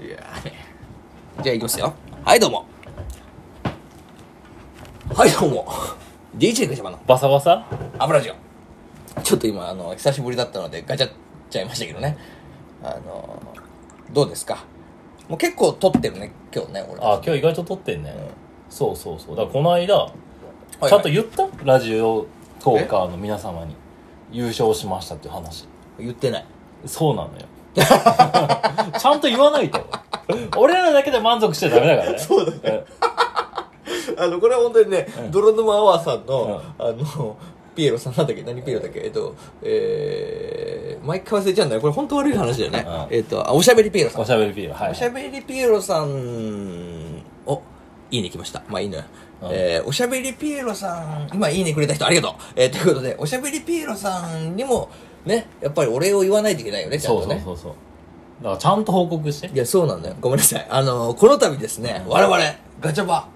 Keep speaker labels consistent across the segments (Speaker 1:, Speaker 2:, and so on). Speaker 1: いやーじゃあいきますよはいどうもはいどうも DJ ガチャマの
Speaker 2: バサバサ
Speaker 1: 油じゃんちょっと今あの久しぶりだったのでガチャっちゃいましたけどねあのどうですかもう結構撮ってるね今日ね俺
Speaker 2: あ今日意外と撮ってんね、そうそうそうだからこの間、
Speaker 1: はい
Speaker 2: ちゃんと言ったラジオトーカーの皆様に優勝しましたっていう話
Speaker 1: 言ってない
Speaker 2: そうなのよ ちゃんと言わないと俺らだけで満足しちゃダメだからね
Speaker 1: そうだ
Speaker 2: ね
Speaker 1: あのこれは本当にね、泥沼アワーさんの、あのピエロさんなんだっけ何ピエロだっけえっとえー、毎回忘れちゃうんだよこれ本当悪い話だよね、
Speaker 2: う
Speaker 1: えっとあおしゃべりピエロさん
Speaker 2: おしゃべりピールはい
Speaker 1: おしゃべりピエロさんおいいね来ましたまあいいのよ、
Speaker 2: うん
Speaker 1: えーおしゃべりピエロさん今いいねくれた人ありがとう、えーということでおしゃべりピエロさんにもねやっぱりお礼を言わないといけないよねちゃん
Speaker 2: そ
Speaker 1: と
Speaker 2: う
Speaker 1: ね
Speaker 2: そうそうそうだからちゃんと報告して
Speaker 1: いや、そうなんだよ。ごめんなさい。あの、この度ですね、我々、ガチャバ、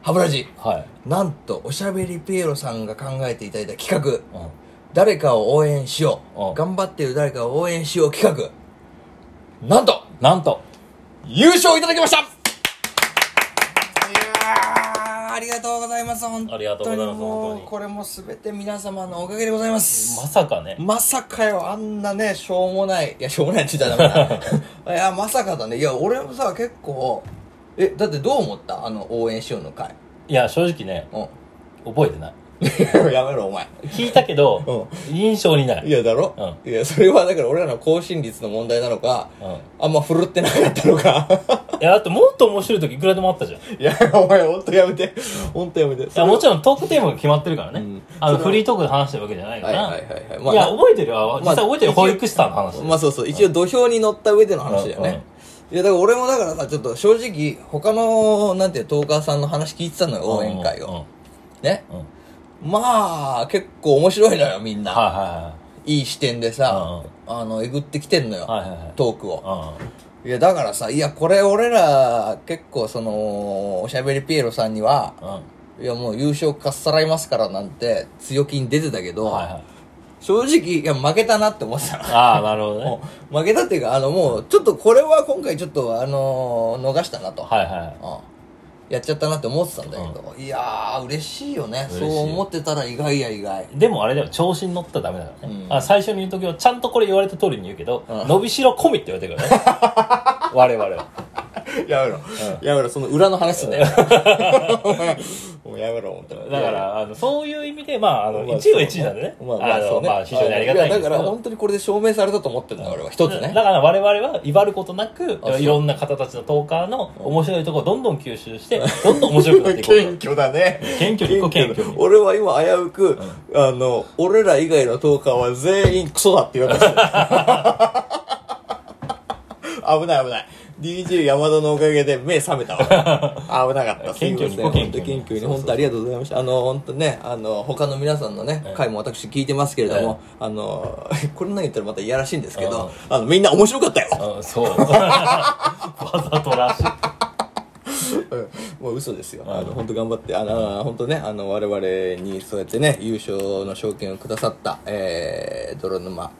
Speaker 1: 歯ブラジ、
Speaker 2: はい、
Speaker 1: なんと、おしゃべりピエロさんが考えていただいた企画、
Speaker 2: うん、
Speaker 1: 誰かを応援しよ
Speaker 2: う。
Speaker 1: うん頑張っている誰かを応援しよう企画、なんと、
Speaker 2: なんと
Speaker 1: 優勝いただきましたいやー、ありがとうございます、本当に。
Speaker 2: ありがとうございます
Speaker 1: も
Speaker 2: 本当に
Speaker 1: これも全て皆様のおかげでございます。
Speaker 2: まさかね
Speaker 1: まさかよ、あんなね、しょうもない。いや、しょうもないって言ったら ダメだ。いや、まさかだね。いや、俺もさ、結構、え、だってどう思ったあの、応援しようの会。
Speaker 2: いや正直ね
Speaker 1: う
Speaker 2: 覚えてない
Speaker 1: ん。 やめろ、お前。
Speaker 2: 聞いた けど、印象にない
Speaker 1: いや、だろ、いや、それはだから俺らの更新率の問題なのか、
Speaker 2: うん
Speaker 1: あんま振るってなかったのか。
Speaker 2: いやだってもっと面白い時いくらでもあったじゃん
Speaker 1: いや、お前、ほんとやめて。ほんとやめて。
Speaker 2: いやもちろんトークテーマが決まってるからね、
Speaker 1: うん
Speaker 2: あのフリートークで話してるわけじゃないから、
Speaker 1: はいはいはいはい
Speaker 2: い
Speaker 1: まあ
Speaker 2: や覚えてるよ実際覚えてる
Speaker 1: まあ
Speaker 2: 保育士さんの話、
Speaker 1: まあそうそう、一応土俵に乗った上での話だよね。いや、だから俺もだからさ、ちょっと正直、他の、なんていうの、トーカーさんの話聞いてたのよ、応援会を。ね。
Speaker 2: うんうんうん
Speaker 1: まあ、結構面白いのよ、みんな。、
Speaker 2: はい
Speaker 1: い視点でさ、あの、えぐってきてんのよ、
Speaker 2: はいはいはい
Speaker 1: トーク
Speaker 2: い
Speaker 1: を。
Speaker 2: はいはい
Speaker 1: いや、だからさ、いや、これ俺ら、結構その、おしゃべりピエロさんには、
Speaker 2: うんうん
Speaker 1: いや、もう優勝かっさらいますからなんて、強気に出てたけど、
Speaker 2: はいはい
Speaker 1: 正直、いや、負けたなって思ってたの。
Speaker 2: ああなるほどね
Speaker 1: もう負けたっていうか、あの、もう、ちょっとこれは今回ちょっと、あのー逃したなと。
Speaker 2: はいはい
Speaker 1: うんやっちゃったなって思ってたんだけど、いやー嬉しいよね
Speaker 2: 嬉しい
Speaker 1: そう思ってたら意外や意外
Speaker 2: でもあれだよ調子に乗ったらダメだからね、
Speaker 1: うん
Speaker 2: あ最初に言う時はちゃんとこれ言われた通りに言うけど、
Speaker 1: うん
Speaker 2: 伸びしろ込みって言われてるからね 我々は
Speaker 1: やめろ、やめろその裏の話すんだよ もうやめろ本当に
Speaker 2: だからあのそういう意味でまああの
Speaker 1: まあ
Speaker 2: 1位は1位なんでね,、
Speaker 1: まあ
Speaker 2: あ
Speaker 1: まあそ
Speaker 2: の
Speaker 1: うね
Speaker 2: まあ非常にありがたいんで
Speaker 1: や
Speaker 2: すけ
Speaker 1: だ
Speaker 2: ど
Speaker 1: から本当にこれで証明されたと思ってるんだ俺は一つね
Speaker 2: だから我々は威張ることなく
Speaker 1: あそう
Speaker 2: いろんな方たちのトーカーの面白いところをどんどん吸収してどんどん面白くなってい こう
Speaker 1: 虚だね
Speaker 2: 謙虚に行こう謙虚に
Speaker 1: 俺は今危うく、あの俺ら以外のトーカーは全員クソだって言われてる 危ない危ない DJ 山田のおかげで目覚めたわ 危なかった
Speaker 2: 謙虚に
Speaker 1: すいません
Speaker 2: 謙虚
Speaker 1: 本当謙虚
Speaker 2: に
Speaker 1: に本当ありがとうございましたあの本当ねあの他の皆さんのね回も私聞いてますけれども、あの これ何言ったらまたいやらしいんですけど、あのみんな面白かったよ
Speaker 2: うんそう わざとらしい
Speaker 1: もう嘘ですよ。あの、本当頑張って、あの、本当ね、あの、我々にそうやってね、優勝の賞金をくださった、えー、泥沼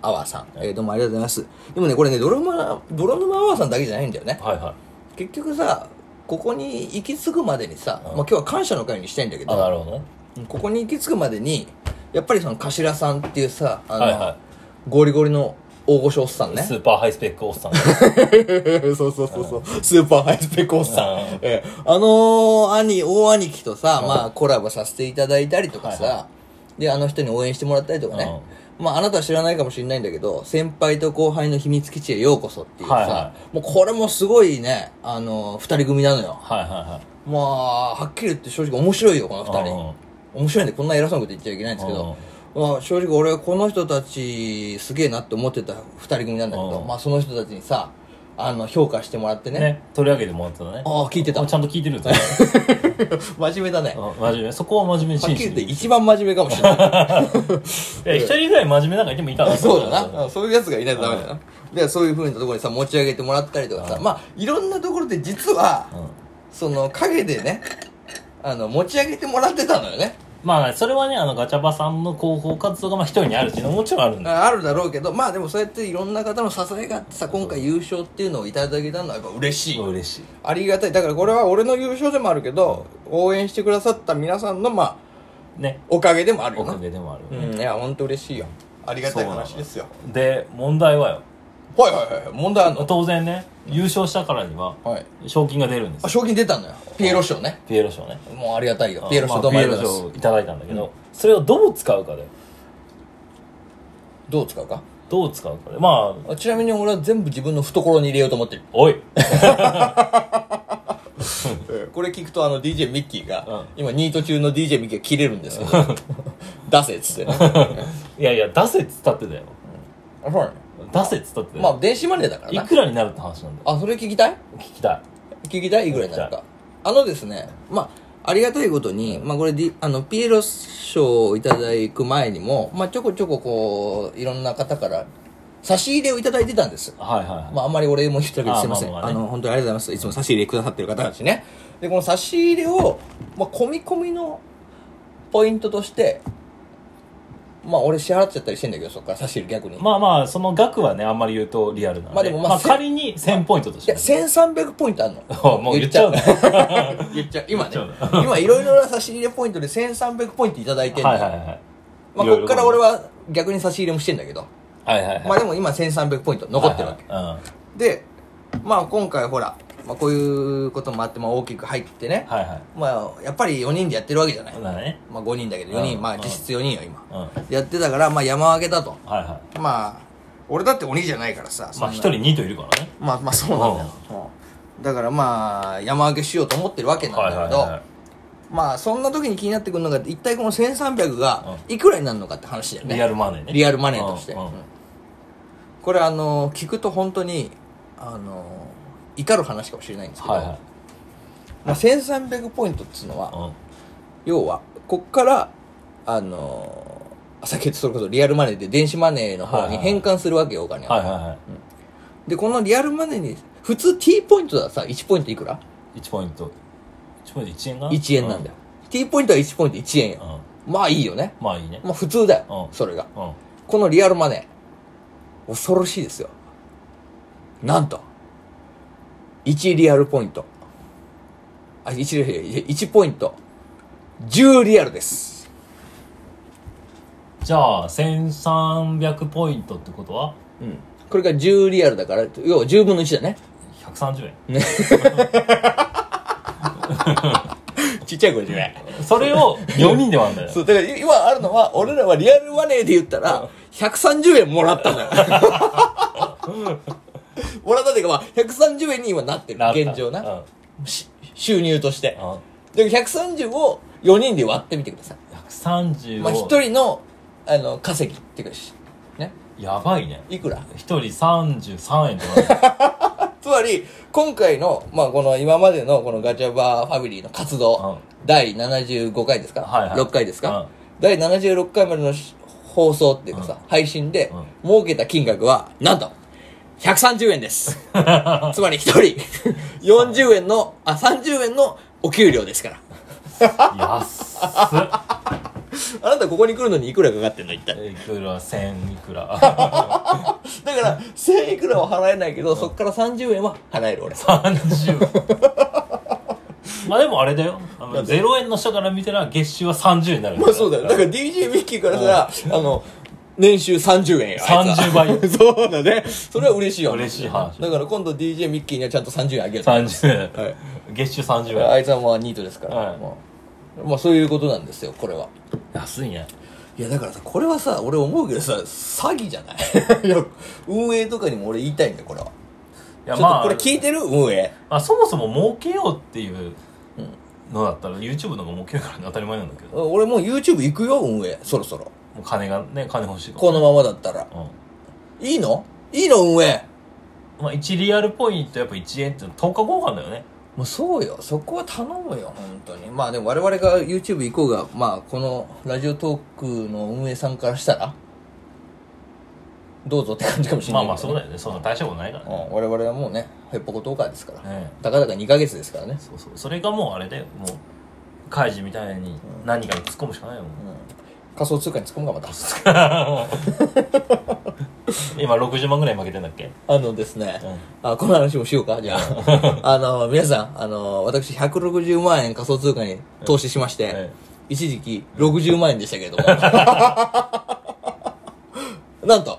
Speaker 1: アワーさん。えー、どうもありがとうございます。でもね、これね、泥沼、泥沼アワーさんだけじゃないんだよね。
Speaker 2: はいはい
Speaker 1: 結局さ、ここに行き着くまでにさ、まあ今日は感謝の会にしたいんだけ
Speaker 2: あ
Speaker 1: ど、
Speaker 2: なるほどね
Speaker 1: ここに行き着くまでに、やっぱりその頭さんっていうさ、あの、
Speaker 2: はいはい
Speaker 1: ゴリゴリの大御所おっさんね。
Speaker 2: スーパーハイスペックおっさん
Speaker 1: そうそうそうそう、スーパーハイスペックおっさん
Speaker 2: うん、
Speaker 1: ええあの兄大兄貴とさ、まあ、コラボさせていただいたりとかさ、
Speaker 2: はい
Speaker 1: であの人に応援してもらったりとかね、まあ、あなたは知らないかもしれないんだけど先輩と後輩の秘密基地へようこそっていうさ、
Speaker 2: はいは
Speaker 1: もうこれもすごいね、あの二人組なのよ
Speaker 2: はいはいはい
Speaker 1: まあはっきり言って正直面白いよこの二
Speaker 2: うん
Speaker 1: 人
Speaker 2: うん
Speaker 1: 面白いんでこんな偉そうなこと言っちゃいけないんですけど、まあ、正直俺はこの人たちすげえなって思ってた二人組なんだけど、
Speaker 2: うん
Speaker 1: まあ、その人たちにさあの評価してもらってね
Speaker 2: ね取り上げてもらったのね
Speaker 1: ああ聞いてた
Speaker 2: ちゃんと聞いてるんですね
Speaker 1: 真面目だね
Speaker 2: う
Speaker 1: は
Speaker 2: ん真面目そこは真面目に
Speaker 1: っ
Speaker 2: 真
Speaker 1: きり言っ
Speaker 2: 摯
Speaker 1: て
Speaker 2: にい
Speaker 1: 一番真面目かもしれない
Speaker 2: や一人ぐらい真面目なんかいてもいた ん
Speaker 1: そうだなうんそういうやつがいないとダメだなでそういうふうなところにさ持ち上げてもらったりとかさまあいろんなところで実はその陰でねあの持ち上げてもらってたのよね
Speaker 2: まあ、それはね、あの、ガチャバさんの広報活動が、まあ、一人にあるっていうのももちろんあるんだ。
Speaker 1: ああるだろうけどまあでもそうやっていろんな方の支えがあってさ今回優勝っていうのをいただけたのはやっぱ嬉しい
Speaker 2: 嬉しい。
Speaker 1: ありがたいだからこれは俺の優勝でもあるけど応援してくださった皆さんのまあ
Speaker 2: ね。
Speaker 1: おかげでもある
Speaker 2: お
Speaker 1: よ
Speaker 2: か
Speaker 1: な
Speaker 2: げでもあるよ
Speaker 1: う
Speaker 2: ね。
Speaker 1: んいや本当嬉しいよありがたい話ですよ
Speaker 2: で、問題はよ。
Speaker 1: はいはいはい問題あんの
Speaker 2: 当然ね、優勝したからには、
Speaker 1: はい
Speaker 2: 賞金が出るんです
Speaker 1: あ
Speaker 2: よ。
Speaker 1: 賞金出たのよピエロ賞ね
Speaker 2: ピエロ賞ね。
Speaker 1: もうありがたいよピエロ賞
Speaker 2: ま
Speaker 1: ど
Speaker 2: あ
Speaker 1: うもあ
Speaker 2: ピエ
Speaker 1: りが
Speaker 2: ロ
Speaker 1: とうござい
Speaker 2: 賞
Speaker 1: ま
Speaker 2: いただいたんだけど、それをどう使うかだよ。
Speaker 1: すどう使うか
Speaker 2: どう使うかで。まあ、
Speaker 1: あちなみに俺は全部自分の懐に入れようと思ってる
Speaker 2: おい。
Speaker 1: これ聞くとあの DJ ミッキーが、
Speaker 2: うん
Speaker 1: 今ニート中の DJ ミッキーが切れるんですけど 出せっつって ね
Speaker 2: いやいや、出せっつったってだよ。
Speaker 1: あそうね
Speaker 2: 出せっつったってだ
Speaker 1: まあ
Speaker 2: よ。
Speaker 1: 電子マネーだから
Speaker 2: い
Speaker 1: な
Speaker 2: くらになるって話なんだよ。
Speaker 1: あそれ聞きたい
Speaker 2: 聞きたい。
Speaker 1: 聞きたいいくらになるかあのですねまあありがたいことに、まあ、これ、D、あのピエロ賞をいただく前にも、まあ、ちょこちょここういろんな方から差し入れをいただいてたんです
Speaker 2: はいはい
Speaker 1: まあ、あんまりお礼も言ってるけど
Speaker 2: あー
Speaker 1: すいません。あ
Speaker 2: まあまあまあね
Speaker 1: の、本当にありがとうございます。いつも差し入れくださってる方たちね。で、この差し入れを、まあ、込み込みのポイントとして、まあ、俺支払っちゃったりしてんだけど、そっから差し入れ逆に。
Speaker 2: まあまあ、その額はね、あんまり言うとリアルなので。
Speaker 1: まあでもまあせん
Speaker 2: 仮に1000ポイントとし
Speaker 1: いや、
Speaker 2: て。
Speaker 1: 1300ポイントあんの。
Speaker 2: もう言っちゃうね。
Speaker 1: 言っちゃう。今ね
Speaker 2: 言っ。
Speaker 1: 今、いろいろな差し入れポイントで1300ポイントいただいてんの。
Speaker 2: はいはいはい。
Speaker 1: まあ、こっから俺。は逆に差し入れもしてんだけど。
Speaker 2: はいはいはい。
Speaker 1: まあ、でも今1300ポイント残ってるわけ。
Speaker 2: はい
Speaker 1: で、まあ、今回ほら、まあ、こういうこともあって、まあ、大きく入ってね。
Speaker 2: はい。うん。はいはい。
Speaker 1: まあ、やっぱり4人でやってるわけじゃない。
Speaker 2: そうだね。
Speaker 1: まあ5人だけど、
Speaker 2: うん
Speaker 1: 4人、まあ
Speaker 2: うん
Speaker 1: 実質4人よ、今。
Speaker 2: うん。はい
Speaker 1: やってたから、まあ山分けだと。
Speaker 2: は
Speaker 1: まあ、俺だって鬼じゃないからさ。
Speaker 2: い。
Speaker 1: そん
Speaker 2: ま
Speaker 1: な
Speaker 2: あ、一人2といるからね。
Speaker 1: まあまあそうなんだよ。うんだからまあ、山分けしようと思ってるわけなんだけど、まあそんな時に気になってくるのが、一体この1300がいくらになるのかって話だよね。
Speaker 2: リアルマネーね。
Speaker 1: リアルマネーとして。
Speaker 2: うんうん
Speaker 1: うんこれあの、聞くと本当に、あの、怒る話かもしれないんですけど、
Speaker 2: はいはい。
Speaker 1: まあ1300ポイントっつうのは、
Speaker 2: うん
Speaker 1: 要はこっからあのー、先ほどそれこそリアルマネーで電子マネーの方に変換するわけよ、お金を、
Speaker 2: はいはいは
Speaker 1: でこのリアルマネーに普通 T ポイントださ1ポイントいくら
Speaker 2: い。1ポイント。1ポイント1円かな
Speaker 1: ?1 円なんだよ、T ポイントは1ポイント1円
Speaker 2: う
Speaker 1: よ、
Speaker 2: ん。うん。
Speaker 1: まあいいよね
Speaker 2: まあいいね。
Speaker 1: まあ普通だよ、
Speaker 2: うん
Speaker 1: それが
Speaker 2: うん。
Speaker 1: このリアルマネー恐ろしいですよなんと1リアルポイントあ1リアル1ポイント10リアルです
Speaker 2: じゃあ、1300ポイントってことは、
Speaker 1: うんこれが10リアルだから、要は10分の1だね。
Speaker 2: 130円。
Speaker 1: ちっちゃい声じゃない。
Speaker 2: それを4人で割るんだ
Speaker 1: そ
Speaker 2: よ。
Speaker 1: う、だから今あるのは、俺らはリアルマネーで言ったら、130円もらったのよ。もらったっていうか、まあ、130円に今なってる
Speaker 2: な。った
Speaker 1: 現状な。
Speaker 2: うん。
Speaker 1: し収入として。
Speaker 2: うん
Speaker 1: で、130を4人で割ってみてください。
Speaker 2: 130を。
Speaker 1: まあ、1人の、あの、稼ぎっていうかし、ね。
Speaker 2: やばいね。
Speaker 1: いくら
Speaker 2: 一人33円と か。
Speaker 1: つまり、今回の、まあ、この今までのこのガチャバファミリーの活動、第75回ですか、
Speaker 2: はいはい
Speaker 1: ?6 回ですか、
Speaker 2: うん
Speaker 1: 第76回までのし放送っていうかさ、配信で、儲けた金額は、なんと、130円です。つまり一人、40円の、あ、30円のお給料ですから。
Speaker 2: 安っ。
Speaker 1: あなたここに来るのにいくらかかってんの一体。
Speaker 2: いくら、1000いくら。
Speaker 1: だから、1000いくらは払えないけど、そっから30円は払える俺。
Speaker 2: 30。まあでもあれだよ。あの0円の人から見たら月収は30になる。
Speaker 1: まあそうだよ。だから DJ ミッキーからさ、あの、年収30円よ。あいつは
Speaker 2: 30倍
Speaker 1: そうだね。それは嬉しいよ。
Speaker 2: 嬉しい話
Speaker 1: だから今度 DJ ミッキーにはちゃんと30円あげる。
Speaker 2: 30円。
Speaker 1: はい
Speaker 2: 月収30円。
Speaker 1: あいつはまあニートですから。
Speaker 2: はい
Speaker 1: まあ、まあそういうことなんですよ、これは。
Speaker 2: 安いね。
Speaker 1: いやだからさ、これはさ、俺思うけどさ、詐欺じゃないい や、運営とかにも俺言いたいんだよ、これは。ちょ
Speaker 2: いや、
Speaker 1: っと
Speaker 2: まあ、
Speaker 1: これ聞いてる運営。
Speaker 2: まあそもそも儲けようっていうのだったら YouTube の方が儲けるから当たり前なんだけど。も
Speaker 1: 俺もう YouTube 行くよ、運営。そろそろ。
Speaker 2: う金がね、金欲しいから。
Speaker 1: このままだったら。
Speaker 2: うん。
Speaker 1: いいのいいの、運営。
Speaker 2: まあ1リアルポイントやっぱ1円って10日交換だよね。
Speaker 1: もうそうよそこは頼むよ本当にまあでも我々が YouTube 行こうがまあこのラジオトークの運営さんからしたらどうぞって感じかもしれ
Speaker 2: ま
Speaker 1: ない
Speaker 2: あ
Speaker 1: けど、ね、
Speaker 2: まあそうだよね。そんな大したことないからね。
Speaker 1: うん我々はもうねヘッポコトーカーですから、
Speaker 2: ね
Speaker 1: たかだか2ヶ月ですからね
Speaker 2: そうそうそれがもうあれだよもう開示みたいに何かに突っ込むしかないよ、も
Speaker 1: 仮想通貨に突っ込むかまた
Speaker 2: う今60万ぐらい負けてんだっけ
Speaker 1: あのですね、あこの話もしようかじゃあ あの皆さんあの私160万円仮想通貨に投資しまして、
Speaker 2: え
Speaker 1: 一時期60万円でしたけれども なんと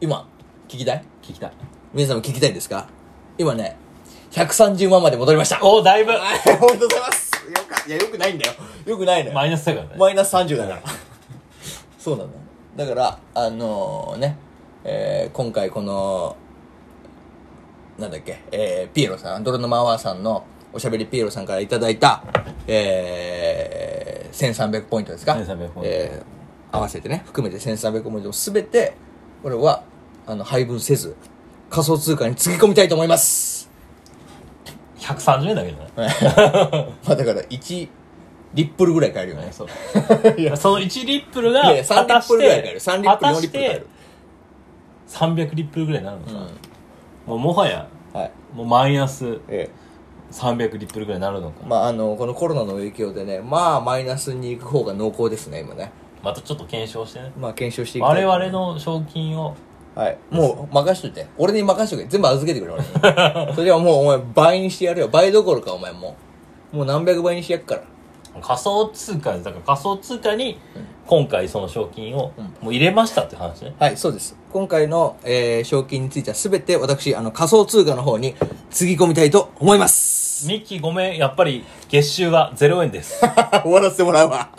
Speaker 1: 今聞きたい
Speaker 2: 聞きたい
Speaker 1: 皆さんも聞きたいですか今ね130万まで戻りました
Speaker 2: おおだい ぶ
Speaker 1: はいおめでとうございますよかいやよくないんだよよくないのよ
Speaker 2: マイナスだからね、
Speaker 1: マイナス30だからそうなんだだからあのね、えー今回このなんだっけ、えーピエロさん泥沼アワーさんのおしゃべりピエロさんからいただいた、えー、1300ポイントですか
Speaker 2: 1300ポイント
Speaker 1: えー合わせてね含めて1300ポイントを全てこれはあの配分せず仮想通貨につぎ込みたいと思い ます
Speaker 2: 130円だけどね
Speaker 1: まあだから1リップルぐらい買えるよね
Speaker 2: ねそうその1リップルが
Speaker 1: いやいや3
Speaker 2: 果
Speaker 1: リッ
Speaker 2: た
Speaker 1: プル
Speaker 2: し
Speaker 1: ぐらい買え
Speaker 2: て
Speaker 1: る3リッ
Speaker 2: 果
Speaker 1: プル
Speaker 2: た
Speaker 1: 4リ
Speaker 2: し
Speaker 1: ップル買え
Speaker 2: て
Speaker 1: る
Speaker 2: 300リップルぐらいになるのか、もうもはや
Speaker 1: はい
Speaker 2: もうマイナス
Speaker 1: え
Speaker 2: 300リップルぐらいになるのか
Speaker 1: え、まああのこのコロナの影響でねまあマイナスに行く方が濃厚ですね今ね
Speaker 2: またちょっと検証してね
Speaker 1: まあ検証していきた
Speaker 2: 我
Speaker 1: い
Speaker 2: 々の賞金を
Speaker 1: はいもう任しといて俺に任しとけ全部預けてくれ俺に それはもうお前倍にしてやるよ倍どころかお前もうもう何百倍にしてやっから
Speaker 2: 仮想通貨だから仮想通貨に今回その賞金をもう入れましたって話ね
Speaker 1: はいそうです今回の、えー賞金については全て私あの仮想通貨の方につぎ込みたいと思います
Speaker 2: ミッキーごめんやっぱり月収は0円です
Speaker 1: 終わらせてもらうわ